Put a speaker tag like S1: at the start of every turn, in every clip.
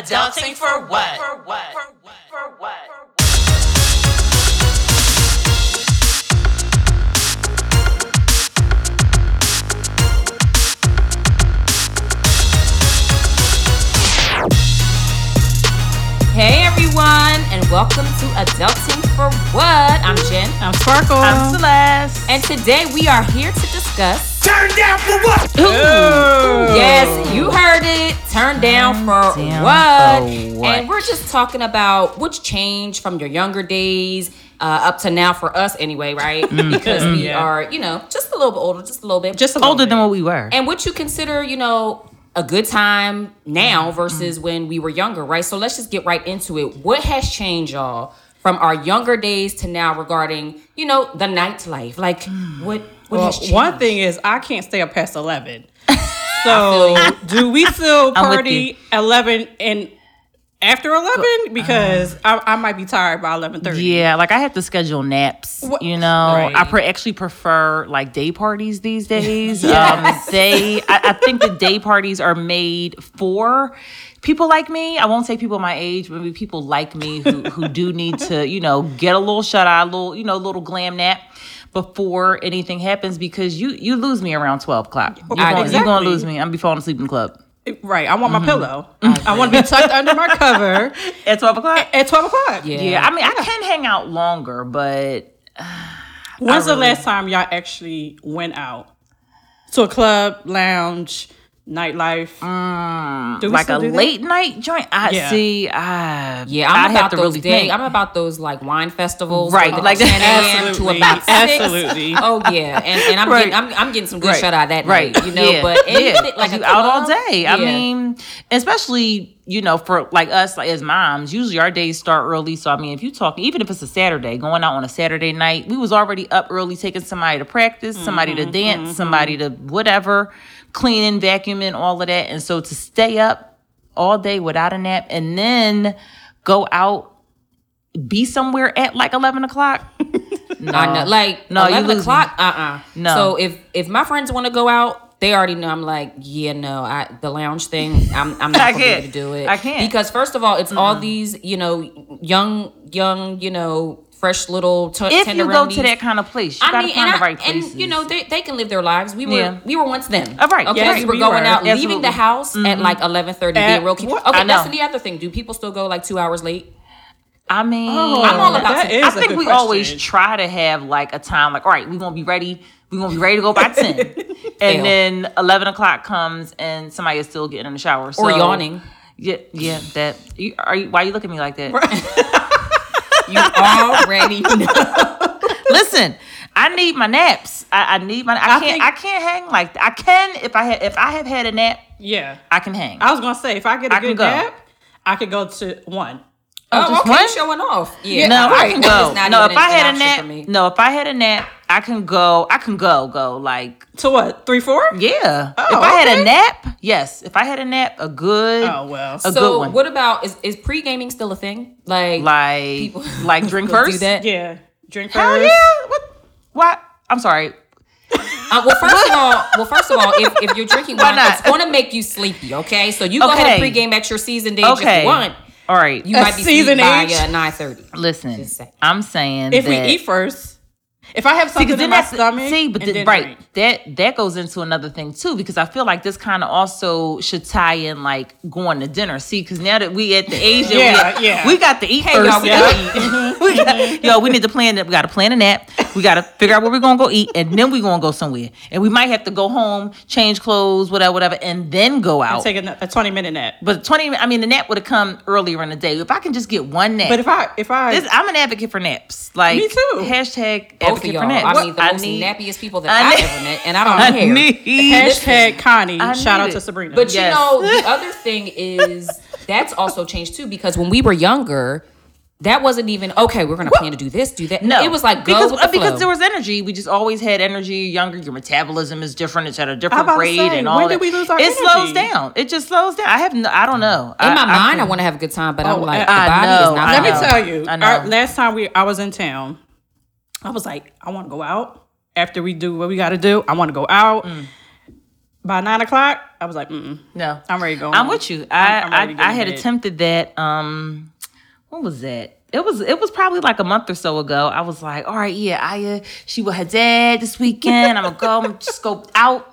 S1: Adulting for what? For what? For what? For what?
S2: Hey everyone, and welcome to Adulting for What. I'm Jen,
S3: I'm Sparkle.
S1: I'm Celeste.
S2: and today we are here to discuss.
S4: Turn down for what?
S2: Ooh, Yes, you heard it. Turn down for
S3: Oh. down
S2: what?
S3: for what?
S2: And we're just talking about what's changed from your younger days uh, up to now for us, anyway, right? because we
S3: Mm, yeah.
S2: are, you know, just a little bit older, just a little bit,
S3: just
S2: a little
S3: older
S2: bit.
S3: than what we were.
S2: and what you consider, you know, a good time
S3: Mm-hmm.
S2: now versus when we were younger, right? So let's just get right into it. What has changed, y'all, from our younger days to now regarding, you know, the nightlife? Like,
S3: Mm.
S2: what what
S5: Well,
S2: has changed?
S5: one thing is I can't stay up past eleven. So do we still
S3: I'm with
S5: party eleven and after eleven? Because I, I might be tired by eleven thirty.
S3: uh, yeah, like I have to schedule naps.
S5: What-
S3: You know, I pre- actually prefer like day parties these days. um, they, I, I think the day parties are made for people like me. I won't say people my age, but maybe people like me who who do need to, you know, get a little shut eye, a little, you know, a little glam nap before anything happens because you you lose me around twelve o'clock. You're gonna, you're
S5: Exactly.
S3: gonna lose me. I'm gonna be falling asleep in the club
S5: Right. I
S3: Mm-hmm.
S5: want my pillow. I want to be tucked under my cover
S3: at twelve o'clock.
S5: at twelve o'clock.
S2: Yeah.
S3: Yeah, I mean, I can hang out longer, but
S5: When's the last time y'all actually went out to a club, lounge, nightlife? do we
S3: Uh, like a
S5: still do that?
S3: late night joint, I
S5: Yeah.
S3: see. I,
S2: yeah, I'm
S3: I
S2: about those day. I'm about those like wine festivals,
S3: Right,
S2: from
S3: like-
S2: 10 a.m. to
S5: Absolutely.
S2: about six.
S5: Absolutely.
S2: Oh yeah, and, and I'm,
S3: Right.
S2: getting, I'm I'm getting some good
S3: Right.
S2: shut eye that
S3: right,
S2: night, you know.
S3: yeah.
S2: But anything,
S3: yeah.
S2: like
S3: you
S2: a
S3: out all
S2: club,
S3: day. I
S2: yeah.
S3: mean, especially you know for like us like, as moms, usually our days start early. So I mean, if you talk, even if it's a Saturday, going out on a Saturday night, we was already up early, taking somebody to practice, somebody
S2: Mm-hmm,
S3: to dance, somebody to whatever, cleaning, vacuuming, all of that. And so to stay up all day without a nap and then go out be somewhere at like 11 o'clock
S2: I know. Like
S3: No,
S2: no,
S3: you
S2: eleven
S3: lose me.
S2: o'clock. Uh uh
S3: No.
S2: So if if my friends want to go out, they already know. I'm like, yeah, no. I the lounge thing. I'm I'm
S3: I
S2: not going to
S3: can't.
S2: to do it.
S3: I can't.
S2: because first of all, it's all these you know young young you know fresh little t-
S3: if you go to
S2: tenderonies.
S3: that kind of place you
S2: I
S3: gotta
S2: mean,
S3: find
S2: and,
S3: the right
S2: I, and
S3: places.
S2: you know they, they can live their lives. We were
S3: Yeah.
S2: we were once them.
S3: Oh, right.
S2: Okay,
S3: Yeah,
S2: we were
S3: we
S2: going
S3: were.
S2: out, leaving
S3: Absolutely. Mm-hmm.
S2: the house at like eleven thirty. Being
S5: At-
S2: real cute.
S5: what?
S2: Okay,
S3: I
S2: that's
S3: know.
S2: the other thing. Do people still go like two hours late?
S3: I mean,
S2: I'm all about
S5: that
S2: to-
S5: is
S3: I
S5: a
S3: think
S5: good
S3: we
S5: question.
S3: always try to have like a time, like, all right, we're gonna be ready. We're gonna be ready to go by ten, and then eleven o'clock comes and somebody is still getting in the shower
S2: Or
S3: so-
S2: yawning?
S3: Yeah, yeah. That you, are you? Why you look at me like that?
S2: You already know.
S3: Listen, I need my naps. I, I need my. I, can't.
S5: think-
S3: I can't hang like that. I can if I had. If I have had a nap,
S5: Yeah.
S3: I can hang.
S5: I was gonna say if I get a
S3: I can
S5: good
S3: go.
S5: nap, I could go to one.
S2: Oh,
S3: just
S2: okay,
S3: one?
S2: showing off. Yeah,
S3: No,
S2: All
S3: I
S2: right.
S3: can
S2: That
S3: go.
S2: is not
S3: No,
S2: even
S3: if I
S2: an
S3: had a
S2: option for me.
S3: nap, no, if I had a nap, I can go. I can go. Go like
S5: To what? Three, four?
S3: yeah.
S5: Oh,
S3: if I had
S5: okay.
S3: a nap, yes. If I had a nap, a good.
S5: Oh well.
S3: a
S2: so
S3: good one.
S2: what about is is pre gaming still a thing? Like
S3: like
S2: people
S3: like drink
S2: still
S3: first.
S2: Do that?
S5: Yeah. Drink
S3: Hell
S5: first.
S3: yeah! What? What? I'm sorry.
S2: Uh, well, first of all, well, first of all, if, if you're drinking
S3: Why
S2: wine,
S3: not?
S2: it's gonna make you sleepy. Okay, so you go ahead and
S3: Okay.
S2: pregame at your season date if
S3: Okay.
S2: you want.
S3: All right.
S2: You
S5: A
S2: might be
S5: season
S2: season age
S5: age?
S2: by uh, nine thirty.
S3: Listen,
S2: Just saying.
S3: I'm saying
S5: If we
S3: that,
S5: eat first, if I have something
S3: because then
S5: in my
S3: that's
S5: stomach,
S3: see, but
S5: and
S3: then,
S5: then
S3: right
S5: drink.
S3: that that goes into another thing too because I feel like this kind of also should tie in like going to dinner. See, because now that we at the age that
S5: Yeah,
S3: we,
S5: yeah.
S3: we got to eat
S2: Hey,
S3: first.
S2: y'all, we
S3: yeah. we got, yo, we need to plan that. We got to plan a nap. We got to figure out where we're gonna go eat, and then we gonna go somewhere, and we might have to go home, change clothes, whatever, whatever, and then go out.
S5: Take a, na- a twenty minute nap.
S3: But twenty, I mean, the nap would have come earlier in the day. If I can just get one nap,
S5: But if I if I
S3: This- I'm an advocate for naps. Like
S5: Me too.
S3: Hashtag
S2: Both of
S3: advocate
S2: y'all,
S3: for naps.
S2: I
S3: What-
S2: mean, the most
S3: need-
S2: nappiest people
S3: I
S2: that I've
S3: need-
S2: ever met, and I don't
S3: I
S2: care.
S3: need.
S5: hashtag Connie,
S3: I
S5: shout
S3: need
S5: out
S3: it.
S5: to Sabrina.
S2: But
S3: Yes.
S2: you know, the other thing is that's also changed too because when we were younger, that wasn't even okay. We're gonna plan to do this, do that.
S3: No,
S2: it was like go
S3: because uh,
S2: with the
S3: because
S2: flow.
S3: there was energy. We just always had energy. Younger, your metabolism is different. It's at a
S5: I'm
S3: different
S5: about to
S3: rate,
S5: say,
S3: and
S5: when
S3: all
S5: did
S3: that.
S5: we lose our
S3: it
S5: energy?
S3: slows down. It just slows down. I have. No, I don't know.
S2: in my mind, I, want to have a good time, but I'm
S5: Oh,
S2: like, the
S3: I
S2: body
S3: know,
S2: is not.
S3: I
S2: there.
S5: Let me
S3: know.
S5: tell you,
S3: I know.
S5: our- last time we I was in town,
S3: Mm.
S5: I was like, I want to go out. After we do what we got to do, I want to go out. by nine o'clock, I was like, mm,
S3: No,
S5: I'm ready to go.
S3: I'm
S5: home.
S3: with you. I
S5: I'm
S3: i
S5: ready to get
S3: I,
S5: in
S3: had
S5: bed.
S3: attempted that. Um, what was that? It was it was probably like a month or so ago. I was like, all right, yeah, Aya, she with her dad this weekend. I'm gonna go. I'm just go out.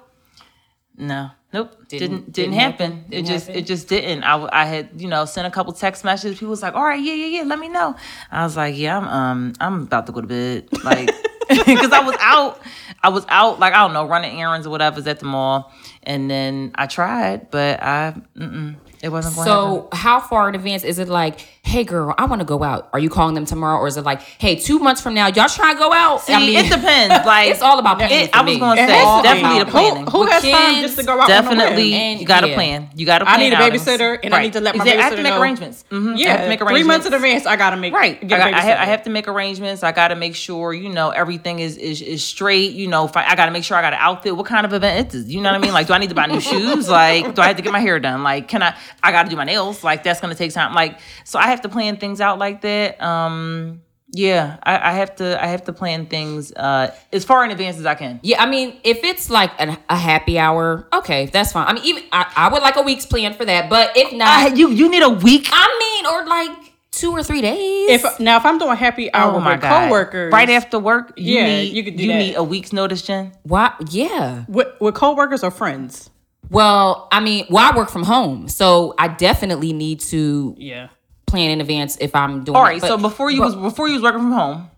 S3: No, nope, didn't didn't,
S2: didn't
S3: happen.
S2: happen,
S3: It
S2: didn't
S3: just
S2: happen.
S3: it just didn't. I w- I had you know sent a couple text messages. People was like, all right, yeah, yeah, yeah, let me know. I was like, yeah, I'm um I'm about to go to bed like because I was out. I was out like I don't know running errands or whatever's at the mall, and then I tried, but I mm-mm, it wasn't going. to happen.
S2: So, how far in advance is it like, hey, girl, I want to go out? Are you calling them tomorrow? Or is it like, hey, two months from now, y'all trying to go out?
S3: See, it depends. Like
S2: it's all about planning.
S3: it- I
S2: for
S3: was
S2: me.
S3: gonna
S5: It's
S3: say
S5: all
S3: definitely
S5: about
S3: the planning.
S5: Who, who
S2: With
S5: has time
S2: kids,
S5: just to go out? on a whim?
S3: Definitely,
S2: And-
S3: you got to
S2: yeah.
S3: plan. You got to.
S5: I
S3: plan
S5: need a
S3: outings.
S5: babysitter, and I need to let my
S3: Exactly. I have to
S5: babysitter
S3: make
S5: know.
S3: arrangements. Mhm. I
S5: Yeah,
S3: have to make arrangements.
S5: three months in advance, I gotta make
S3: Right. I,
S5: Get
S3: got- I have, I
S5: babysitter.
S3: have to make arrangements. I got to make sure, you know, everything is is, is straight. You know, if I, I got to make sure I got an outfit. What kind of event is this? You know what I mean? Like, do I need to buy new shoes? Like, do I have to get my hair done? Like, can I? I got to do my nails. Like, that's gonna take time. Like, so I have to plan things out like that. Um, yeah, I, I have to. I have to plan things uh as far in advance as I can.
S2: Yeah, I mean, if it's like an, a happy hour, okay, that's fine. I mean, even I, I would like a week's plan for that, but if
S3: I,
S2: not,
S3: you you need a week.
S5: Oh
S2: I mean, or like two or three days.
S5: If now, if I'm doing happy hour
S3: Oh my
S5: with
S3: god!
S5: coworkers,
S3: right after work, you
S5: Yeah,
S3: need you,
S5: you could do that.
S3: need a week's notice, Jen.
S2: why? Yeah.
S5: with, with coworkers or friends.
S2: Well, I mean, well, I work from home, so I definitely need to
S5: Yeah.
S2: plan in advance if I'm doing.
S3: All
S2: that,
S3: right.
S2: but-
S3: so before you was before you was working from home,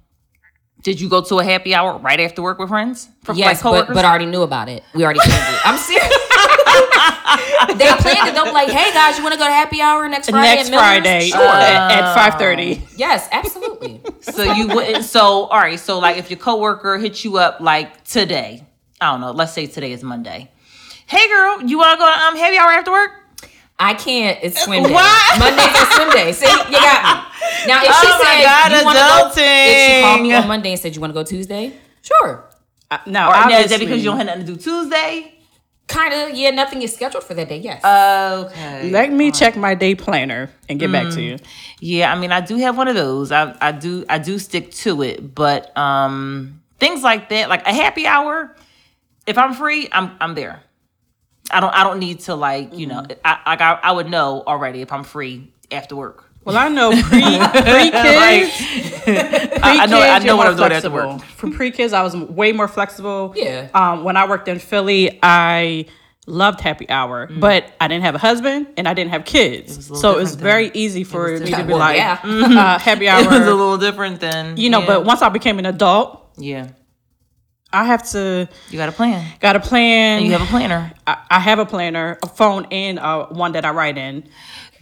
S3: did you go to a happy hour right after work with friends? For,
S2: Yes, but, but I already knew about it. We already planned it. I'm serious. they planned it. They're like, hey guys, you want to go to happy hour next Friday?
S5: Next
S2: at Miller's?"
S5: Friday
S2: Sure.
S3: Uh. Oh.
S5: at, at five thirty.
S2: yes, absolutely.
S3: so you wouldn't. So all right. So like, if your coworker hit you up like today, I don't know. Let's say today is Monday. Hey girl, you want to go to um happy hour after work?
S2: I can't. It's swim day.
S3: Why?
S2: Mondays are swim day. See, you got me. Now, if she
S3: Oh my
S2: said
S3: God,
S2: you want to go, if she called me
S3: adulting.
S2: on Monday and said you want to go Tuesday, sure.
S5: No,
S3: Or no,
S5: Uh, obviously,
S3: is that because you don't have nothing to do Tuesday?
S2: Kind of, yeah. Nothing is scheduled for that day. Yes.
S3: Uh, Okay.
S5: Let me check my day planner and get
S3: Mm.
S5: back to you.
S3: Yeah, I mean, I do have one of those. I, I do I do stick to it, but um things like that, like a happy hour, if I'm free, I'm I'm there. I don't I don't need to like you know I like I, I would know already if I'm free after work.
S5: Well, I know pre pre kids.
S3: I, I know I know
S5: Pre-kids, you're
S3: what
S5: more
S3: I'm doing after
S5: flexible.
S3: work.
S5: For pre-kids, I was way more flexible.
S2: Yeah.
S5: Um, when I worked in Philly, I loved happy hour,
S3: Mm.
S5: but I didn't have a husband and I didn't have kids, so it was very easy for me to be
S2: Well,
S5: like,
S2: yeah.
S5: uh, happy hour.
S3: It was a little different than
S5: you know,
S3: yeah,
S5: but once I became an adult,
S3: yeah,
S5: I have to
S3: you got a plan.
S5: got a plan.
S3: You have a planner.
S5: I, I have a planner, a phone, and uh, one that I write in.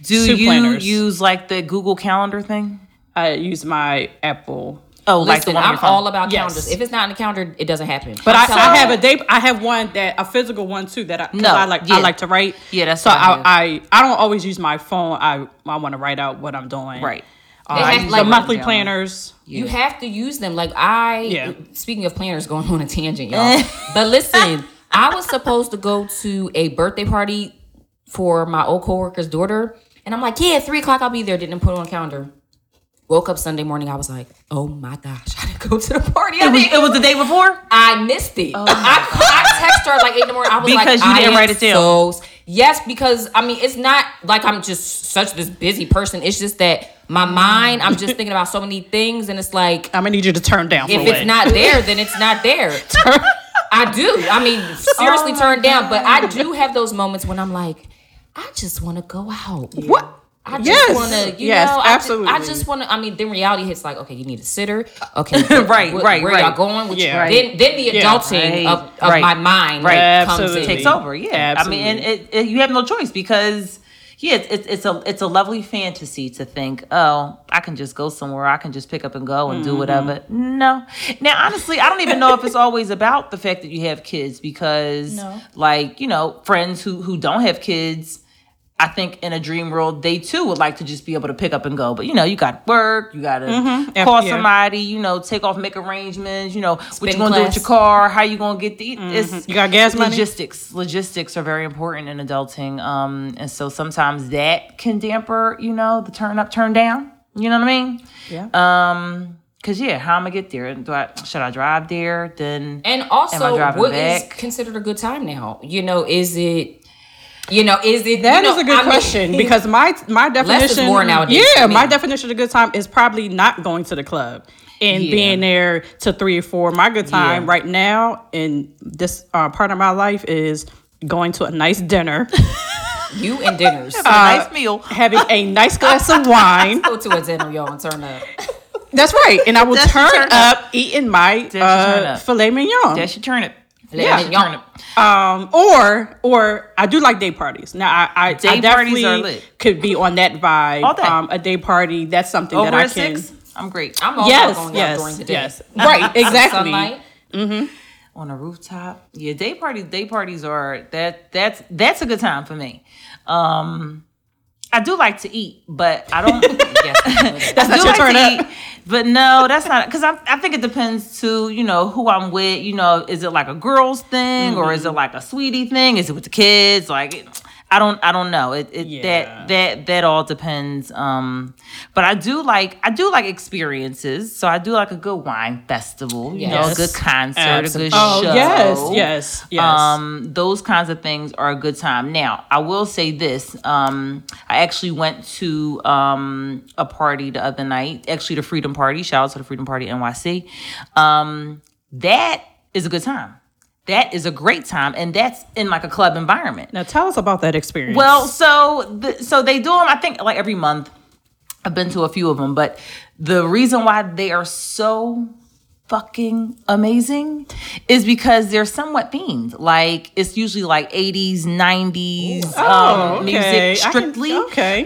S3: Do
S5: Two
S3: you
S5: planners.
S3: use like the Google Calendar thing?
S5: I use my Apple.
S3: Oh, like the
S2: Listen,
S3: one on
S2: I'm
S3: your phone.
S2: all about
S5: Yes.
S2: calendars. If it's not in the calendar, it doesn't happen.
S5: But I,
S2: I'm telling
S5: I
S2: you.
S5: have a day. I have one that a physical one too that I, 'cause
S3: No,
S5: I like.
S3: yeah.
S5: I like to write.
S3: Yeah, that's
S5: so.
S3: what I
S5: I, I I don't always use my phone. I I want to write out what I'm doing.
S3: right.
S5: Uh,
S2: They
S5: I
S2: have
S5: use
S2: like-
S5: the monthly
S3: Yeah.
S5: planners.
S2: You have to use them. Like I,
S5: Yeah.
S2: speaking of planners, going on a tangent, y'all. but listen, I was supposed to go to a birthday party for my old coworker's daughter, and I'm like, yeah, three o'clock, I'll be there. Didn't put it on the calendar. Woke up Sunday morning, I was like, oh my gosh, I didn't go to the party. I,
S3: It was,
S2: didn't-
S3: it was the day before.
S2: I missed it. I, I text her like eight in the morning. I was
S3: Because
S2: like,
S3: you
S2: I
S3: didn't
S2: am
S3: write it down.
S2: So, s- yes, because I mean, it's not like I'm just such this busy person. It's just that my mind, I'm just thinking about so many things, and it's like
S5: I'm gonna need you to turn down.
S2: if
S5: for
S2: it's
S5: it.
S2: not there, then it's not there. I do. I mean, seriously
S5: Oh
S2: turned down, but I do have those moments when I'm like, I just want to go out.
S5: what?
S2: I just
S5: Yes.
S2: want to, you
S5: Yes,
S2: know, I
S5: absolutely. Uh,
S2: just, want to. I mean, then reality hits like, okay, you need a sitter. Okay,
S3: Right,
S2: wh-
S3: right,
S2: Where
S3: right.
S2: y'all going? Which,
S5: Yeah.
S2: Then, then the
S5: Yeah.
S2: adulting
S3: Right,
S2: of, of
S3: right.
S2: my mind
S3: Right.
S2: comes
S5: Absolutely.
S2: in.
S3: takes over. Yeah,
S5: Absolutely.
S3: I mean, and it, it, you have no choice because yeah, it's, it's it's a it's a lovely fantasy to think, oh, I can just go somewhere, I can just pick up and go and do
S5: Mm-hmm.
S3: whatever. No, now honestly, I don't even know if it's always about the fact that you have kids because, like, you know, friends who who don't have kids. I think in a dream world, they too would like to just be able to pick up and go. But you know, you got work, you got to
S5: Mm-hmm. Yeah,
S3: call
S5: yeah.
S3: somebody, you know, take off, make arrangements, you know, what you
S2: Spin
S3: gonna do with
S2: class.
S3: your car, how you gonna get the. It's,
S5: You got gas money?
S3: Logistics, logistics are very important in adulting, um, and so sometimes that can damper, you know, the turn up, turn down. You know what I mean?
S5: Yeah.
S3: Um, Cause yeah, how am I get there? Do I should I drive there? Then
S2: And also,
S3: driving
S2: what is
S3: back?
S2: considered a good time now? You know, is it? You know, is it?
S5: That
S2: you
S5: is
S2: know,
S5: a good
S2: I mean-
S5: question because my my definition
S2: more nowadays
S5: Yeah,
S2: to me.
S5: my definition of good time is probably not going to the club and
S3: Yeah.
S5: being there to three or four. My good time
S3: Yeah.
S5: right now in this uh, part of my life is going to a nice dinner,
S2: you and dinners.
S5: Uh,
S3: a nice meal.
S5: having a nice glass of wine.
S2: Go to a dinner, y'all, and turn up.
S5: That's right, and I will
S3: That's your turn
S5: turn, up, eating my
S3: your turn
S5: uh,
S3: up.
S5: filet mignon.
S3: That should turn it.
S2: Yeah.
S3: That should turn it.
S5: Um, or or I do like day parties. Now I I,
S3: Day
S5: I
S3: parties
S5: definitely
S3: are lit.
S5: could be on that vibe.
S3: All day.
S5: Um, a day party that's something that
S3: Over
S5: I
S3: at
S5: can.
S3: six, I'm great.
S2: I'm all
S5: Yes,
S2: going
S5: yes,
S2: out during the day.
S5: yes. Right,
S2: Some
S5: exactly.
S2: sunlight.
S3: on a rooftop. Yeah, day parties, day parties are that that's that's a good time for me. Um I do like to eat, but I don't
S2: Yes,
S3: that's
S5: not your turn up.
S3: but no, that's not because I, I think it depends to you know who I'm with. You know, is it like a girls thing or
S5: Mm-hmm.
S3: is it like a sweetie thing? Is it with the kids? Like, it- I don't I don't know. It, it
S5: Yeah.
S3: that that that all depends. Um, but I do like I do like experiences. So I do like a good wine festival. You know, a
S2: Yes.
S3: good concert, a
S5: Absolutely.
S3: good
S5: Oh
S3: show.
S5: yes, yes, yes.
S3: Um, those kinds of things are a good time. Now, I will say this. Um, I actually went to um a party the other night, actually the Freedom Party. Shout out to the Freedom Party NYC. Um, that is a good time. That is a great time, and that's in like a club environment.
S5: now tell us about that experience.
S3: Well, so the, so they do them. I think like every month. I've been to a few of them, but the reason why they are so fucking amazing is because they're somewhat themed. Like it's usually like 80s, 90s
S5: Oh.
S3: um,
S5: okay.
S3: music
S5: I can-
S3: strictly. um,
S5: okay.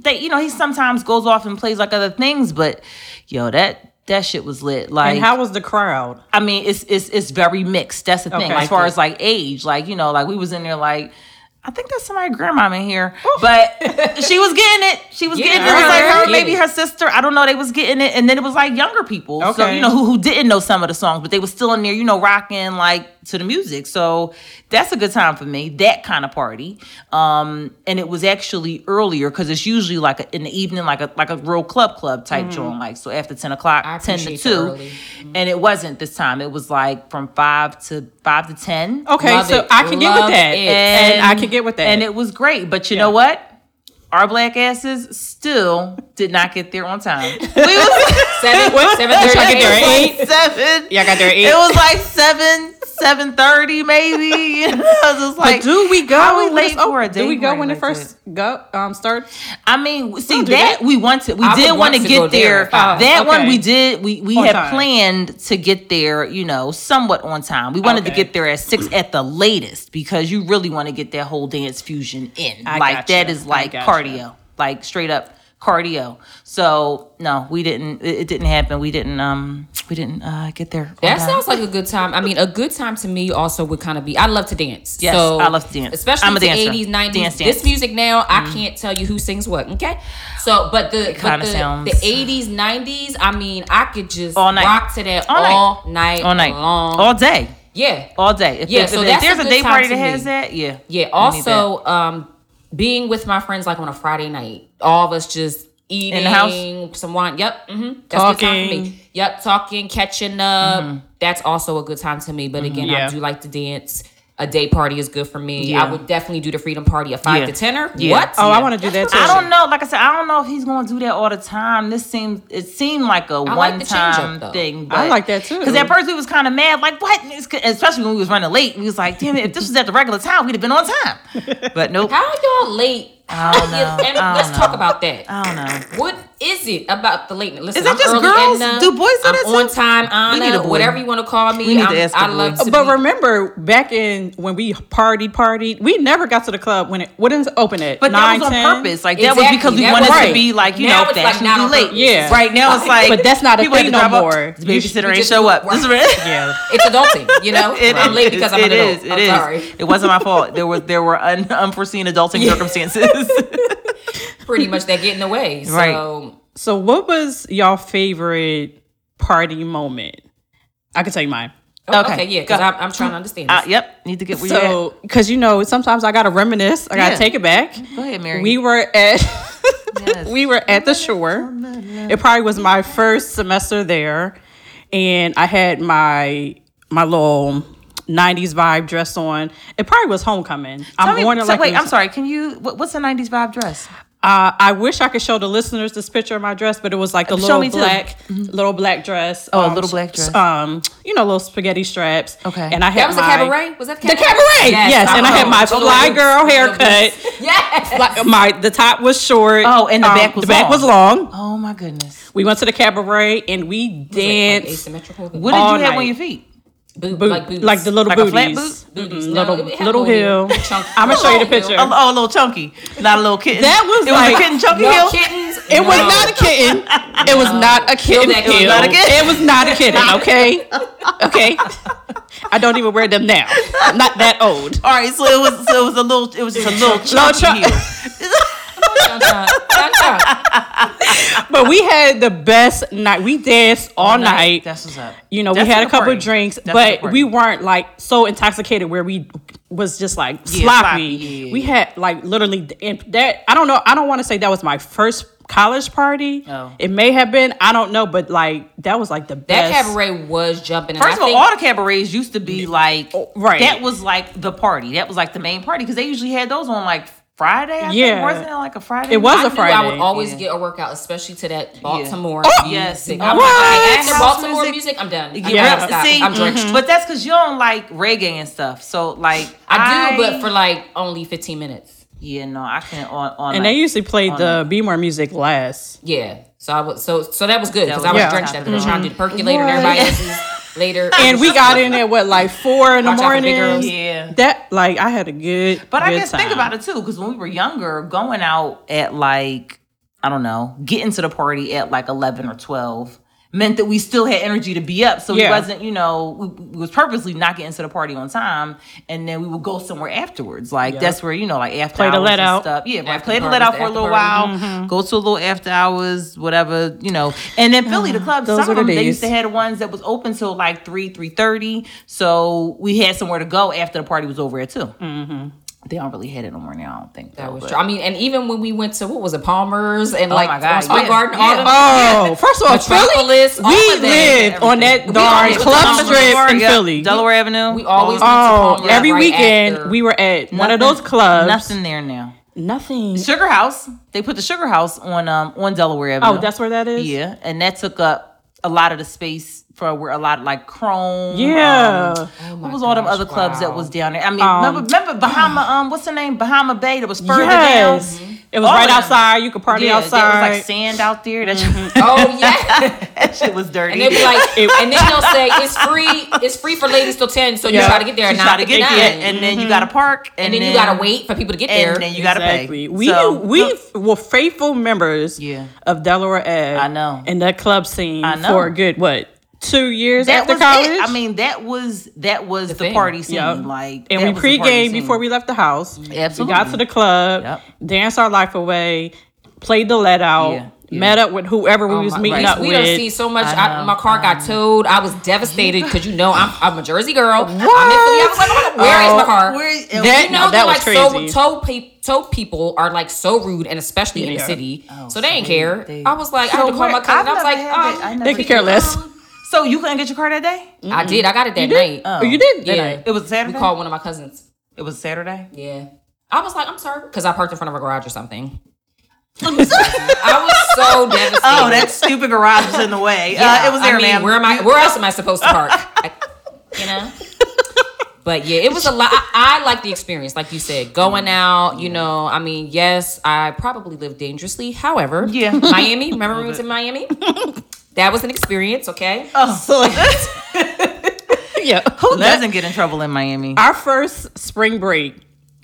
S3: They, you know, he sometimes goes off and plays like other things, but yo, that that shit was lit. Like
S5: and how was the crowd?
S3: I mean, it's it's it's very mixed. That's the thing.
S5: Okay.
S3: As far as like age, like you know, like we was in there like. I think that's somebody's grandma in here, but she was getting it. She was getting it. It was
S2: Oh. Yeah,
S3: like her,
S2: yeah.
S3: maybe her sister. I don't know. They was getting it, and then it was like younger people, so
S5: Okay.
S3: you know who who didn't know some of the songs, but they were still in there, you know, rocking like to the music. So that's a good time for me. That kind of party. Um, and it was actually earlier because it's usually like a, in the evening, like a like a real club club type joint, like so after ten o'clock,
S2: Mm-hmm. I
S3: ten to
S2: appreciate
S3: two,
S2: the early.
S3: and it wasn't this time. It was like from five to five to ten.
S5: Okay,
S2: Love
S5: so
S2: it.
S5: I can get
S2: Love
S5: with that,
S2: it.
S5: and, I can get with that.
S3: And it was great, but you know what? Our black asses still did not get there on time. We was
S2: seven, seven
S5: Did y'all
S2: thirty.
S5: get there at
S2: eight.
S5: eight?
S3: like seven.
S5: Yeah, I got there at eight.
S3: It was like seven, seven thirty maybe. You know, I was just
S5: But
S3: like,
S5: do we go?
S3: how we
S5: when
S3: late
S5: it's op-
S3: for a day
S5: Do we go
S3: party
S5: when it
S3: like
S5: first go um starts?
S3: I mean, see
S5: Don't do
S3: that,
S5: that.
S3: we want to. We
S2: I
S3: did
S2: would
S3: want to
S2: want to go
S3: get
S2: there
S3: there.
S2: if I-
S3: that one
S5: okay.
S3: we did. We we
S5: On
S3: had
S5: time.
S3: planned to get there. You know, somewhat on time. We wanted to
S5: Okay.
S3: get there at six at the latest because you really want to get that whole dance fusion in.
S5: I
S3: like
S5: gotcha.
S3: that is
S5: I
S3: like
S5: gotcha.
S3: cardio, like straight up cardio. So no, we didn't. It, it didn't happen. We didn't. Um, we didn't uh, get there. on
S2: That
S3: time.
S2: sounds like a good time. I mean, a good time to me also would kind of be. I love to dance.
S3: Yes,
S2: so,
S3: I love to dance.
S2: Especially
S3: I'm a
S2: the
S3: dancer.
S2: 80s, 90s.
S3: Dance, dance. Mm-hmm.
S2: This music now, I can't tell you who sings what. Okay, so but the but
S3: kinda
S2: the,
S3: sounds-
S2: the 80s, 90s. I mean, I could just
S3: All night.
S2: rock to that
S3: All
S2: all,
S3: night.
S2: night,
S3: all night,
S2: long.
S3: all day,
S2: yeah,
S3: all day. If,
S2: Yeah,
S3: there-
S2: so
S3: if,
S2: that's a
S3: there's a,
S2: good
S3: day
S2: time
S3: party
S2: to
S3: that has
S2: me.
S3: that, yeah,
S2: yeah.
S3: I need that.
S2: Also, um, being with my friends like on a Friday night, all of us just eating
S3: the house?
S2: some wine. Yep, mm-hmm. that's a good time for
S5: Talking.
S2: me. Yep, talking, catching up.
S3: Mm-hmm.
S2: That's also a good time to me. But again,
S5: Yeah.
S2: I do like to dance. A day party is good for me.
S3: Yeah.
S2: I would definitely do the freedom party at five
S3: Yeah.
S2: to tenner.
S3: Yeah.
S2: What?
S5: Oh, I want to do that too.
S3: I don't know. Like I said, I don't know if he's going to do that all the time. This seems it seemed like a
S2: like the
S3: one time
S2: change-up, though.
S3: thing.
S5: I like that, too.
S3: Because at first we was kind of mad, like what? It's 'cause- Especially when we was running late, we was like, damn it! If this was at the regular time, we'd have been on time. But nope.
S2: How are y'all late?
S3: I don't
S2: How you-
S3: know.
S2: and
S3: I don't
S2: let's
S3: know.
S2: talk about that.
S3: I don't know.
S2: What is it about the lateness? Listen,
S3: Is it
S2: I'm
S3: just
S2: early
S3: girls?
S2: Edna.
S3: Do boys do
S2: I'm
S3: that too?
S2: on time, Anna.
S3: need a boy.
S2: Whatever you want to call me.
S3: We need to
S2: I'm,
S3: ask the
S2: I
S3: boy.
S2: love to
S5: But
S2: be-
S5: remember, back in when we partied, partied, we never got to the club when it wouldn't open it.
S3: But that was on
S5: 9, 10.
S3: purpose. Like that
S2: Exactly.
S3: was because we
S2: That
S3: wanted
S5: was-
S3: to
S5: Right.
S3: be like you
S2: Now
S3: know
S2: it's like
S3: fashionably
S2: not on
S3: late.
S2: purpose.
S5: Yeah.
S3: Right now it's like,
S5: But that's not a
S3: people had
S5: thing
S3: to
S5: no
S3: drive up.
S5: more.
S3: The
S5: You
S3: babysitter ain't
S2: just
S3: show
S2: do
S3: up.
S2: work.
S3: This is-
S5: Yeah.
S2: It's adulting, you know.
S3: It
S2: I'm
S3: is.
S2: late because I'm
S3: It
S2: an adult.
S3: is. It
S2: I'm
S3: is.
S2: sorry.
S3: It wasn't my fault. There was there were un, unforeseen adulting circumstances.
S2: Pretty much that getting away. So oh,
S3: Right.
S5: So, what was y'all favorite party moment? I can tell you mine.
S2: Oh, okay,
S3: Okay,
S2: yeah,
S3: go.
S2: because I'm, I'm trying to understand.
S3: Uh,
S2: This.
S3: yep. Need to get where you at.
S5: So, because you know, sometimes I gotta reminisce. I gotta
S3: Yeah.
S5: take it back.
S3: Go ahead, Mary.
S5: We were at we were at the shore. It probably was my first semester there, and I had my my little '90s vibe dress on. It probably was homecoming.
S3: Tell
S5: I'm
S3: me,
S5: wearing it
S3: so
S5: like
S3: wait,
S5: it was-
S3: I'm sorry. Can you? What, what's the '90s vibe dress?
S5: Uh, I wish I could show the listeners this picture of my dress, but it was like a
S3: Uh, Show
S5: little
S3: me too. Mm-hmm.
S5: black, little black dress.
S3: Oh, a little black
S5: s-
S3: dress.
S5: Um, you know, little spaghetti straps.
S3: Okay.
S5: and I had
S2: That was a
S5: my-
S2: cabaret? Was that the
S5: The cabaret, yes.
S2: I
S5: and I had
S2: know.
S5: my
S2: The
S5: fly
S2: little-
S5: girl
S2: the little-
S5: haircut.
S2: Yes.
S5: Like, my the top was short. Um,
S3: Oh, and the back was
S5: the back
S3: long.
S5: was long.
S3: Oh my goodness.
S5: We went to the cabaret and we
S2: Like
S5: danced
S2: asymmetrical.
S3: What did
S5: All
S3: you have on
S5: night.
S3: your feet?
S2: Boot-
S5: boot-
S2: like
S5: like,
S2: boots.
S5: the little
S3: Like a
S5: booties.
S3: flat boot?
S2: booties.
S5: Mm-mm,
S2: No,
S5: little-
S2: it had
S5: little heel.
S2: Chunky.
S5: I'ma show you the
S2: Little
S5: picture.
S2: heel.
S3: Oh, oh, a little chunky, not a little kitten.
S5: That was
S3: it
S5: like-
S3: was a kitten chunky
S2: No
S3: heel.
S2: kittens.
S5: It was
S2: no.
S5: not a kitten. It was not a kitten.
S2: that kitten.
S5: Ew.
S2: Not a
S3: kitten.
S5: It was not a kitten. Okay. Okay. I don't even wear them now. I'm not that old.
S3: All right, so it was so it was a little it was just a little chunky
S5: chun-
S3: heel.
S2: Chun, chun, chun, chun.
S5: But we had the best night. We danced all, night.
S3: That's what's up.
S5: you know,
S3: That's
S5: we had a
S3: what's
S5: couple
S3: important.
S5: drinks,
S3: That's what's
S5: but
S3: important.
S5: we weren't like so intoxicated where we was just like
S3: Yeah,
S5: sloppy.
S3: sloppy, yeah, yeah,
S5: We
S3: yeah.
S5: had like literally and that. I don't know. I don't want to say that was my first college party.
S3: Oh.
S5: It may have been. I don't know. But like that was like the
S2: That
S5: best.
S2: cabaret was jumping. and
S3: First
S2: I
S3: of all,
S2: think-
S3: all the cabarets used to be like
S5: Oh, right.
S3: That was like the party. That was like the main party because they usually had those on like Friday. I
S5: Yeah.
S3: think. wasn't it like a Friday?
S5: It was
S2: I
S5: a
S2: knew I
S5: Friday.
S2: would always
S3: Yeah.
S2: get a workout, especially to that Baltimore
S3: Yes.
S2: music.
S3: Oh,
S2: I'm
S3: what?
S2: like, after
S3: House
S2: Baltimore music,
S3: music?
S2: I'm done. I'm
S3: Yeah,
S2: done. Stop.
S3: see,
S2: I'm drenched.
S3: mhm. but that's because you don't like reggae and stuff. So like,
S2: I do, but for like only 15 minutes.
S3: yeah, no, I can't on on.
S5: and
S3: like,
S5: they usually played the Be More music last.
S2: Yeah. So I was so so that was good because I was
S5: Yeah.
S2: drenched after
S3: Mm-hmm.
S2: that. Trying to do the percolator and everybody else's later.
S5: And we got in at what like four in the
S2: Watch out for big
S5: morning.
S2: girls.
S3: Yeah.
S5: That like I had a good.
S3: But I
S5: good
S3: guess think
S5: time.
S3: about it too, because when we were younger, going out at like I don't know, getting to the party at like eleven or twelve meant that we still had energy to be up. So
S5: Yeah.
S3: we wasn't, you know, we, we was purposely not getting to the party on time, and then we would go somewhere afterwards. Like that's where you know, like after
S5: Play the
S3: hours
S5: let
S3: and
S5: out.
S3: stuff. Yeah, right.
S2: After
S3: play the
S2: parties,
S3: let out for a
S2: after
S3: little while.
S2: parties.
S5: Mm-hmm.
S3: Go to a little after hours, whatever you know. And then Philly, the club,
S5: Those
S3: some
S5: were
S3: of
S5: the
S3: them they
S5: days.
S3: used to had ones that was open till like three, three thirty. So we had somewhere to go after the party was over at 2 they don't really hit it no more now. I don't think
S2: That
S3: though,
S2: was
S3: but-
S2: true. I mean, and even when we went to what was it, Palmer's and
S3: Oh
S2: like
S3: my God,
S2: on Spring
S3: yeah.
S2: Garden, all
S3: Yeah.
S2: them.
S5: Oh, first of all, Philly,
S2: Metropolis, all
S5: we
S2: of that.
S5: live on that darn
S2: always went to
S5: club
S2: Palmer's.
S5: strip in
S3: Yep,
S5: Philly.
S3: Delaware Avenue.
S2: We always went to
S5: Oh,
S2: Palmer's
S5: every
S2: right
S5: weekend
S2: after.
S5: we were at one of
S3: Nothing-
S5: those clubs.
S3: Nothing there now.
S5: Nothing.
S3: Sugar House. They put the Sugar House on um on Delaware Avenue.
S5: Oh, that's where that is.
S3: yeah, and that took up a lot of the space for where a lot of, like Chrome.
S5: Yeah.
S3: um,
S2: Oh my
S3: what was all them
S2: gosh,
S3: other clubs that
S2: wow.
S3: was down there? I mean,
S5: Um,
S3: remember, remember Bahama? Um, what's the name? Bahama Bay that was further
S5: yes.
S3: down. Mm-hmm.
S5: It was
S3: All
S5: right
S3: of them.
S5: outside. You could party
S3: Yeah, there
S5: outside. Mm-hmm.
S3: was like sand out there. That,
S2: Oh yeah.
S3: that shit was dirty.
S2: And they'd be like, and then they'll say it's free. It's free for ladies till ten. So
S5: Yeah.
S2: you try to get there at
S3: you try
S2: nine
S3: to
S2: fifty
S3: get
S2: nine,
S3: there, and then you got to park, and,
S2: then, you gotta wait for people to get there.
S3: and then you got to pay.
S5: Exactly. We
S3: So-
S5: we were faithful members
S3: Yeah.
S5: of Delaware Ed.
S3: I know.
S5: And that club scene
S3: I know.
S5: for a good what two years
S3: that
S5: after
S3: was
S5: college.
S3: It. I mean, that was that was the,
S2: thing.
S3: party scene.
S5: Yep.
S3: Like,
S5: and
S3: that
S5: we
S3: was the party
S5: pregame
S3: scene.
S5: before we left the house.
S3: Absolutely.
S5: We got to the club,
S3: Yep.
S5: danced our life away, played the let out,
S3: Yeah, yeah.
S5: met up with whoever we
S2: Oh
S5: was
S2: my-
S5: meeting
S2: we-
S5: up
S2: we
S5: with.
S2: done see so much. I my car got towed. I was devastated because you know I'm, I'm a Jersey girl. What? I'm in Philly. I was like, oh my God, where is
S5: Oh,
S2: my car?
S3: where-
S2: Where,
S3: and
S5: that-
S2: you know,
S5: no, that
S2: they're
S5: was
S2: like so
S5: crazy.
S2: tow, pe- tow people are like so rude and especially in the
S5: Yeah.
S2: city,
S3: Oh,
S2: so they ain't
S3: so they-
S2: care.
S3: they-
S2: I was like, I had
S3: So
S2: to call my
S3: where- I've
S2: cousin. I
S3: never
S2: was like,
S3: had that. I
S2: um,
S3: never
S5: they could care less.
S3: Oh, So you couldn't get your car that day?
S2: I did. I got it that night.
S5: Oh, you did?
S2: yeah,
S5: That night.
S3: It was
S2: we
S3: Saturday.
S2: called one of my cousins.
S3: it was Saturday.
S2: Yeah, I was like, I'm sorry because I parked in front of a garage or something. I was so devastated.
S3: Oh, that stupid garage was in the way.
S2: Yeah,
S3: uh, it was there,
S2: I mean,
S3: ma'am.
S2: Where am I? Where else am I supposed to park? I- you know. But yeah, it was a lot. I, I like the experience, like you said, going
S3: Mm-hmm.
S2: out. You know, I mean, yes, I probably lived dangerously. However,
S3: Yeah.
S2: Miami. Remember when we was in Miami? That was an experience. Okay.
S3: Uh,
S5: yeah.
S3: Who doesn't get in trouble in Miami?
S5: Our first spring break,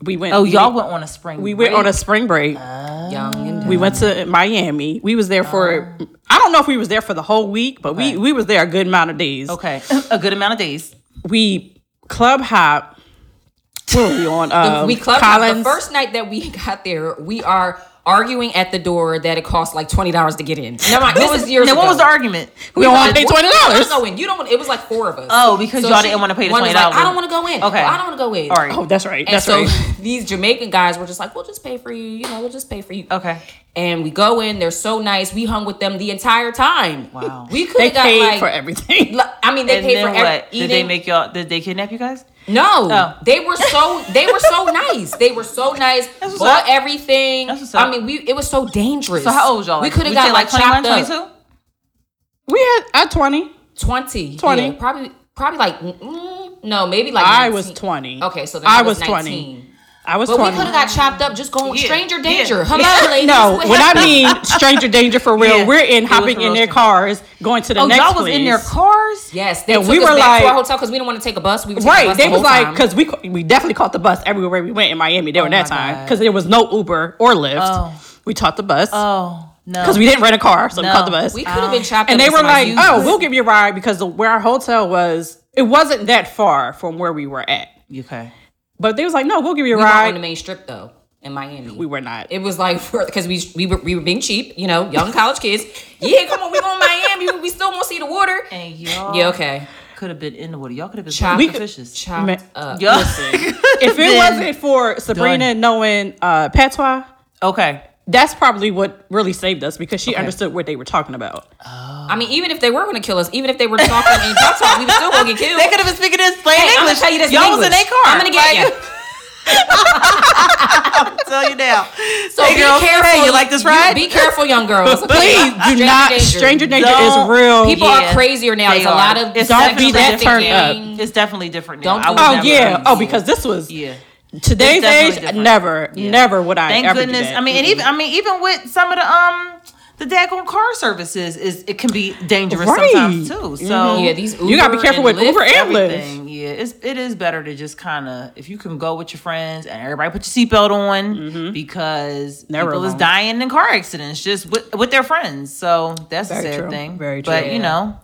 S5: we went.
S3: Oh, y'all went on a spring.
S5: We went on a spring break.
S2: Young and
S5: we went
S2: Uh.
S5: to Miami. We was there for. I don't know if we was there for the whole week, but we we was there a good amount of days.
S3: okay, a good amount of days.
S5: We club hop. What were we on? Uh,
S3: Um,
S2: we club the
S5: Collins.
S2: first night that we got there. We are arguing at the door that it costs like twenty dollars to get in. Never mind. This is years
S3: Then
S2: ago.
S3: what was the argument?
S5: We don't want to pay
S2: What-
S5: twenty dollars.
S2: No, and you don't. want- It was like four of us.
S3: Oh, because y'all didn't
S2: she-
S3: wanna pay the
S2: one was like,
S3: $20.
S2: I don't want to go in.
S3: Okay.
S2: Okay, I don't want to go in.
S3: All right.
S5: Oh, that's right.
S2: And
S5: That's
S2: so
S5: right.
S2: these Jamaican guys were just like, "We'll just pay for you. You know, we'll just pay for you."
S3: Okay.
S2: And we go in. They're so nice. We hung with them the entire time.
S3: Wow.
S2: We could
S5: They
S2: have got
S5: paid
S2: like.
S5: for everything.
S2: li- I mean, they
S3: and
S2: paid
S3: then
S2: for
S3: what?
S2: every, eating.
S3: Did they make y'all? Did they kidnap you guys?
S2: No,
S3: Oh.
S2: they were so they were so nice. They were so nice.
S3: That's what's
S2: Bought
S3: up.
S2: everything.
S3: That's what's
S2: I
S3: up.
S2: mean, we it was so dangerous.
S3: So how old was y'all?
S2: We
S3: Like,
S2: could have
S3: we
S2: got
S3: said,
S2: like, chopped up.
S3: 22?
S5: we had at twenty.
S2: 20.
S5: 20.
S2: Yeah, probably probably like mm, no, maybe like
S5: I was
S2: 19.
S5: 20.
S2: Okay, so then
S5: I
S2: I was,
S5: was 20.
S2: 19.
S5: I was
S2: But we
S5: twenty.
S2: could have got chopped up just going
S3: Yeah,
S2: stranger
S3: yeah.
S2: danger. Hello, ladies.
S5: no,
S2: What
S5: what I
S2: happened?
S5: mean, stranger danger for real.
S3: Yeah,
S5: We're in
S3: it was
S5: hopping
S3: for
S5: in
S3: real
S5: their
S3: stranger.
S5: cars, going to the
S3: Oh,
S5: next.
S3: y'all was in their
S5: place.
S3: cars.
S2: Yes, they
S5: And
S2: took we were like, to our hotel because we didn't want to take a bus. We were taking a
S5: Right,
S2: bus
S5: they
S2: the
S5: was
S2: whole
S5: like,
S2: time.
S5: because we ca- we definitely caught the bus everywhere we went in Miami during that
S3: Oh my
S5: time
S3: God.
S5: because there was no Uber or Lyft.
S3: Oh.
S5: We caught the bus because
S3: Oh no.
S5: we didn't rent a car, so we
S3: No.
S5: caught the bus.
S2: we could have been chopped
S5: and
S2: up.
S5: they
S2: with
S5: were like,
S2: somebody
S5: "Oh,
S2: used.
S5: we'll give you a ride because the, where our hotel was, it wasn't that far from where we were at."
S3: Okay.
S5: But they was like, "No, we'll give you a
S2: we were on the
S5: ride."
S2: main strip though in Miami.
S5: We were not.
S2: it was like because we we were we were being cheap, you know, young college kids. Yeah, come on, we going to Miami. We still want to see the water.
S3: And y'all.
S2: Yeah, okay.
S3: Could have been in the water. Y'all could have been
S2: Chopped,
S3: chopped
S5: could-
S3: fishes.
S2: chopped
S5: Ma-
S2: up.
S3: Y'all-
S5: if it
S3: Then-
S5: wasn't for Sabrina
S3: Done.
S5: knowing uh, patois,
S3: okay.
S5: that's probably what really saved us because she understood what they were talking about.
S2: I mean, even if they were going to kill us, even if they were talking in Utah, we were still going to get killed.
S3: They could have been speaking this plain
S2: Hey, I'm gonna
S3: English.
S2: tell you this. in
S3: Y'all was in
S2: English.
S3: their car.
S2: I'm gonna get
S3: Like,
S2: you.
S3: Tell you now.
S2: So
S3: Hey,
S2: be
S3: girl,
S2: careful.
S3: hey, you like this ride?
S2: be careful, young girls.
S5: Please do not. Stranger danger
S3: Don't-
S5: is real.
S2: People
S3: Yeah,
S2: are crazier now.
S3: they
S2: There's a lot
S3: are.
S2: of
S3: It's
S5: Don't be that
S2: sex
S5: turned up.
S2: trafficking.
S3: It's definitely different now.
S2: Don't
S3: I
S2: do
S3: would
S2: that.
S5: oh
S3: never
S5: yeah.
S3: do
S5: Oh,
S3: that.
S5: because this was
S3: yeah.
S5: today's
S3: It's definitely
S5: age.
S3: different.
S5: Never,
S3: Yeah.
S5: never would I
S3: Thank
S5: ever
S3: goodness.
S5: do that.
S3: I mean, and even I mean, even with some of the um the daggone car services, is it can be dangerous
S5: Right.
S3: sometimes too. So
S2: Yeah, these Uber
S5: Mm-hmm. you gotta be careful
S2: and
S5: with
S2: Lyft,
S5: Uber and Lyft.
S3: everything. Yeah, it's it is better to just kind of if you can go with your friends and everybody put your seatbelt on
S2: Mm-hmm.
S3: because
S5: Never
S3: people is
S5: alone.
S3: dying in car accidents just with, with their friends. So that's
S5: Very
S3: a sad
S5: true.
S3: thing.
S5: Very
S3: But
S5: true.
S3: you know,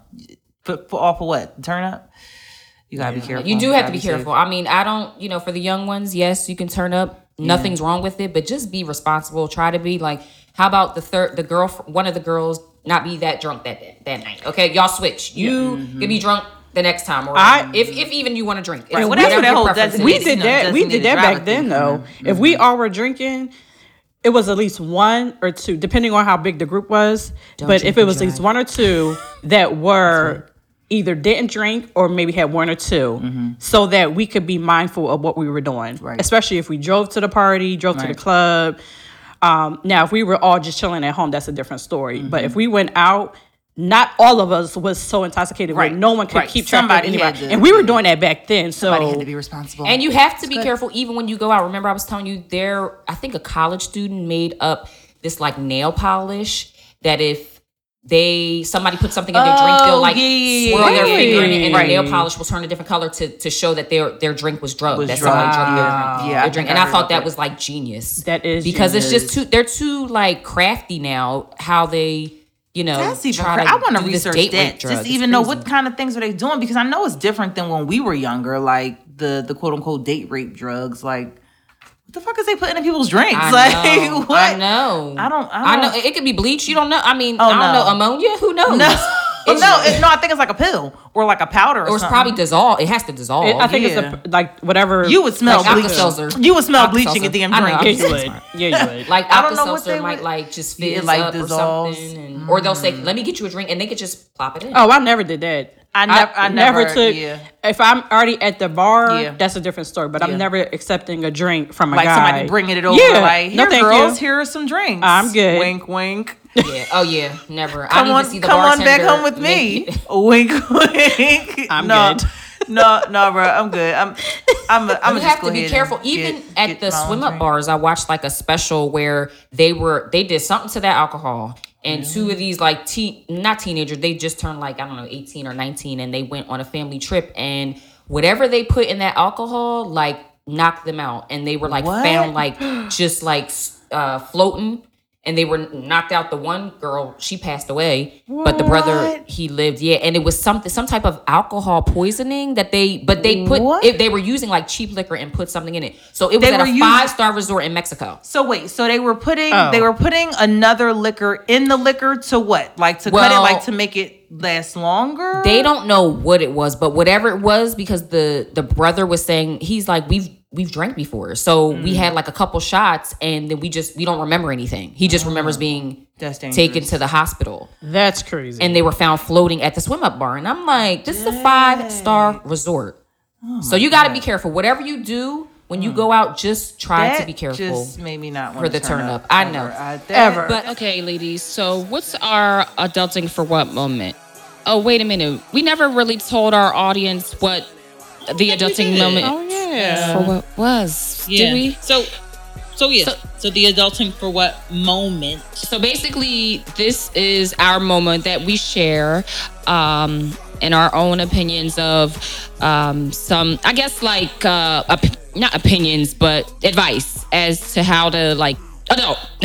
S3: for, for all for what turn up. You gotta be careful.
S2: You do have to
S3: Gotta
S2: be
S3: safe.
S2: careful. I mean, I don't. You know, for the young ones, yes, you can turn up. Nothing's wrong with it, but just be responsible. Try to be like, how about the third, the girl, one of the girls, not be that drunk that day, that night. Okay, y'all switch. You
S3: Mm-hmm.
S2: can be drunk the next time, or
S5: I-
S2: if if even you want to drink, It's
S3: Right,
S2: whatever
S3: whatever that
S2: your
S3: whole-
S2: preference
S3: that's-
S2: is.
S5: we
S3: you
S5: did
S3: know,
S5: that.
S3: doesn't
S5: We
S3: mean
S5: did
S3: to
S5: that
S3: drive
S5: back
S3: a
S5: then,
S3: thing.
S5: though.
S3: Mm-hmm.
S5: If we all were drinking, it was at least one or two, depending on how big the group was. but
S2: drink
S5: if it
S2: and
S5: was at least
S2: drive.
S5: one or two that were either didn't drink or maybe had one or 2 so that we could be mindful of what we were doing,
S3: Mm-hmm. Right.
S5: especially if we drove to the party, drove to the
S3: Right.
S5: club. Um, now, if we were all just chilling at home, that's a different story. But
S3: Mm-hmm.
S5: if we went out, not all of us was so intoxicated
S3: Right,
S5: where no one could
S3: right.
S5: keep track
S3: Somebody
S5: of
S3: had
S5: anybody.
S3: to-
S5: and we were doing that back then. So
S3: Somebody had to be responsible.
S2: And you have to be careful even when you go out. Remember, I was telling you there, I think a college student made up this like nail polish that if they somebody put something in their drink,
S3: Oh,
S2: they'll like
S3: yeah, yeah, yeah.
S2: swirl their finger in it and
S5: Right.
S2: their nail polish will turn a different color to to show that their their drink was drugged.
S3: Was
S2: that
S3: drugged.
S2: somebody drugged
S3: Wow.
S2: their,
S3: Yeah, I
S2: their
S3: think
S2: drink.
S3: I
S2: And I
S3: heard
S2: thought
S3: about
S2: that
S3: that.
S2: was like genius.
S5: That is
S2: because it's
S5: genius.
S2: just too they're too like crafty now how they you know
S3: That's even
S2: Um, try
S3: cra-
S2: to
S3: I want to
S2: do this
S3: research
S2: date rape
S3: that.
S2: drug.
S3: Just
S2: It's
S3: even know
S2: crazy.
S3: what kind of things are they doing because I know it's different than when we were younger, like the the quote unquote date rape drugs. Like what the fuck is they putting in people's drinks?
S2: I
S3: like
S2: know.
S3: what?
S2: I know.
S3: I don't- I don't-
S2: know. It could be bleach. You don't know. I mean,
S3: Oh,
S2: I don't
S3: no.
S2: know ammonia. Who knows?
S3: No, Well, no, it's, no. I think it's like a pill or like a powder, or,
S2: Or it's
S3: something.
S2: probably dissolve. It has to dissolve.
S6: Oh,
S5: It- I think
S3: yeah.
S5: it's a, like whatever.
S3: you would smell
S2: like
S3: bleaching.
S2: Alka-Seltzer.
S3: You would smell
S2: Alka-Seltzer.
S3: bleaching at the damn
S2: I know,
S3: drink.
S5: Yeah,
S2: Alka-Seltzer.
S5: you would. Yeah, you would.
S2: like
S3: I
S2: I
S3: don't know what they
S2: seltzer might
S3: would-
S2: like just
S3: Yeah,
S2: fizz
S3: it, like,
S2: up or
S3: dissolves.
S2: something, and, or they'll say, "Let me get you a drink," and they could just plop it
S3: Mm.
S2: in.
S5: oh, I never did that.
S3: I nev- I never-
S5: took.
S3: yeah.
S5: If I'm already at the bar,
S3: Yeah.
S5: that's a different story. But
S3: Yeah.
S5: I'm never accepting a drink from a
S3: Like
S5: guy.
S3: somebody bringing it over.
S5: Yeah.
S3: Like
S5: no,
S3: here,
S5: thank
S3: girls,
S5: you.
S3: here are some drinks.
S5: I'm good.
S3: Wink, wink.
S2: Yeah. Oh yeah. Never. I
S3: come
S2: need
S3: on,
S2: to see the
S3: come on back
S2: bartender
S3: home with me.
S2: make-
S3: wink, wink.
S5: I'm
S3: no,
S5: good.
S3: no, no, bro. I'm good. I'm, I'm, I'm
S2: you
S3: just
S2: have
S3: go
S2: to be
S3: ahead
S2: careful.
S3: and
S2: Even
S3: get-
S2: at
S3: get
S2: the
S3: my own
S2: swim up
S3: drink.
S2: bars, I watched like a special where they were they did something to that alcohol, and two of these like teen not teenager, they just turned like I don't know eighteen or nineteen, and they went on a family trip, and whatever they put in that alcohol, like knocked them out, and they were like
S3: What?
S2: found like just like s- uh, floating. and they were knocked out. The one girl, she passed away, but the brother, he lived. Yeah, and it was something, some type of alcohol poisoning that they, but they put,
S3: What?
S2: it, they were using like cheap liquor and put something in it. So it was
S3: They
S2: at
S3: were
S2: a
S3: using-
S2: five star resort in Mexico.
S3: So wait, so they were putting
S5: Oh.
S3: they were putting another liquor in the liquor to what? Like to cut it,
S2: Well-
S3: like to make it last longer.
S2: They don't know what it was, but whatever it was, because the the brother was saying he's like we've we've drank before, so
S3: Mm.
S2: we had like a couple shots, and then we just we don't remember anything. He just remembers being
S3: Oh, That's dangerous.
S2: taken to the hospital,
S5: That's crazy.
S2: and they were found floating at the swim up bar. And I'm like, this is a five star resort,
S3: Oh
S2: so you got to be careful. Whatever you do when you go out, just try
S3: Mm. That
S2: to be careful.
S3: Just made me not
S2: for
S3: want
S2: the
S3: to
S2: turn up. I know.
S5: Ever.
S2: But okay, ladies. So what's our adulting for what moment? Oh, wait a minute. We never really told our audience what the adulting moment
S4: Oh yeah.
S2: for what was.
S4: yeah.
S2: Did we?
S4: So so yeah.
S2: So-
S4: So, the adulting for what moment?
S2: So basically, this is our moment that we share um, in our own opinions of um, some, I guess, like uh, op- not opinions, but advice as to how to like adult.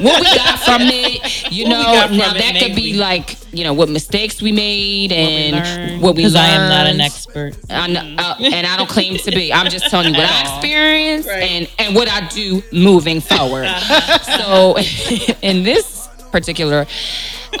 S2: what we got from it, you
S4: What we
S2: know.
S4: got from
S2: Now
S4: it,
S2: that could be
S4: maybe.
S2: like you know what mistakes we made and what we learned.
S4: Because I am not an expert.
S2: I know, uh, and I don't claim to be. I'm just telling you what I experienced and and what I do moving forward. so, in this particular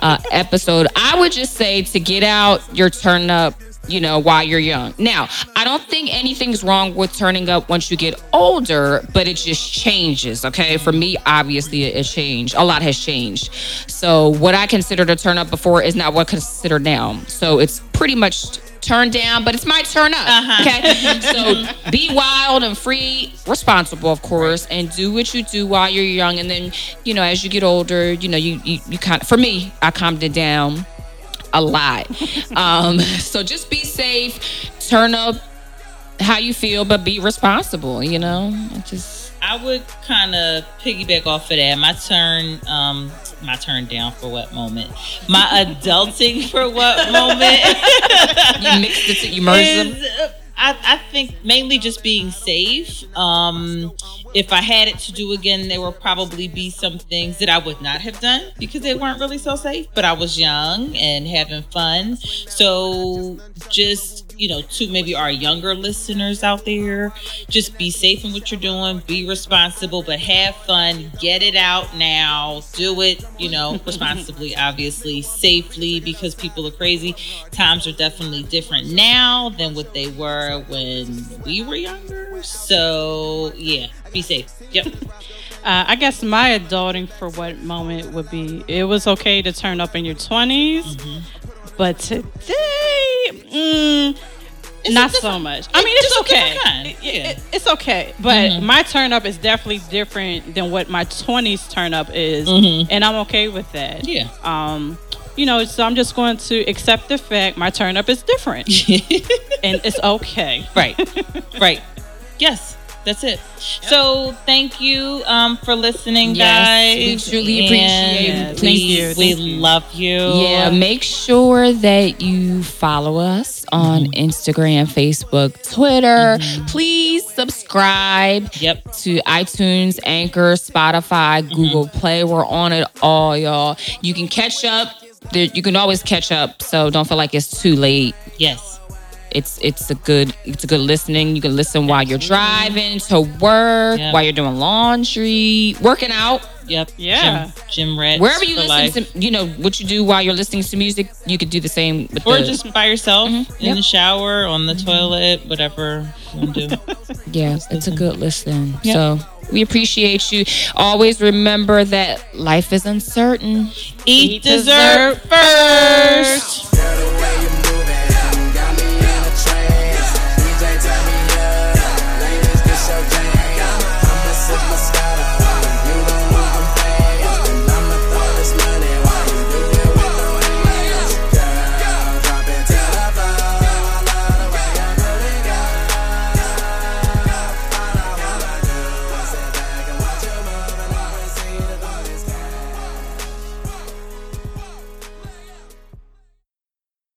S2: uh, episode, I would just say to get out your turn up. You know, while you're young. Now, I don't think anything's wrong with turning up once you get older, but it just changes, okay? For me, obviously, it, it changed. A lot has changed. So, what I considered a turn up before is not what I consider now. So, it's pretty much turn down, but it's my turn up. Okay. so be wild and free, responsible, of course, and do what you do while you're young. And then, you know, as you get older, you know, you you, you kind of, for me, I calmed it down a lot. um, so just be safe, turn up how you feel, but be responsible, you know? I Just,
S4: I would kind of piggyback off of that. My turn, um, my turn down for what moment? My adulting for what moment?
S2: you mixed it, you merged them.
S4: is, uh, I, I think mainly just being safe. Um, if I had it to do again, there would probably be some things that I would not have done because they weren't really so safe. But I was young and having fun. So just, you know, to maybe our younger listeners out there, just be safe in what you're doing, be responsible, but have fun. Get it out now. Do it, you know, responsibly, obviously, safely, because people are crazy times are definitely different now than what they were when we were younger. So yeah, be safe. Yep.
S6: Uh, I guess my adulting for what moment would be it was okay to turn up in your 20s,
S4: Mm-hmm.
S6: but today, mm,
S4: It's
S6: not
S4: a different-
S6: so much. I mean,
S4: it's
S6: it's
S4: just a
S6: okay.
S4: different kind.
S6: It- it-
S4: Yeah.
S6: it- it's okay, but my turn up is definitely different than what my 20s turn up is, and I'm okay with that.
S4: Yeah.
S6: Um, you know, so I'm just going to accept the fact my turn up is different, and it's okay.
S4: Right. Right. Yes. That's it. So thank you um, for listening,
S2: Yes,
S4: guys.
S2: we truly appreciate it.
S4: And
S2: Thank
S4: we,
S2: you.
S4: We
S6: Thank you.
S4: love you.
S2: Yeah, make sure that you follow us on
S4: Mm-hmm.
S2: Instagram, Facebook, Twitter. Please subscribe
S4: Yep.
S2: to iTunes, Anchor, Spotify,
S4: Mm-hmm.
S2: Google Play. We're on it all, y'all. You can catch up. There, you can always catch up, so don't feel like it's too late.
S4: Yes.
S2: It's it's a good it's a good listening. You can listen while you're driving to work,
S4: Yeah.
S2: while you're doing laundry, working out
S4: Yep.
S6: Yeah.
S4: Gym, gym rats.
S2: wherever you
S4: for
S2: listen
S4: life.
S2: to you know what you do while you're listening to music you could do the same with
S4: Or
S2: the,
S4: just by yourself in
S2: Yep.
S4: the shower, on the toilet, whatever you want to do.
S2: yeah it's a good listen so we appreciate you always remember that life is uncertain
S4: Eat dessert first.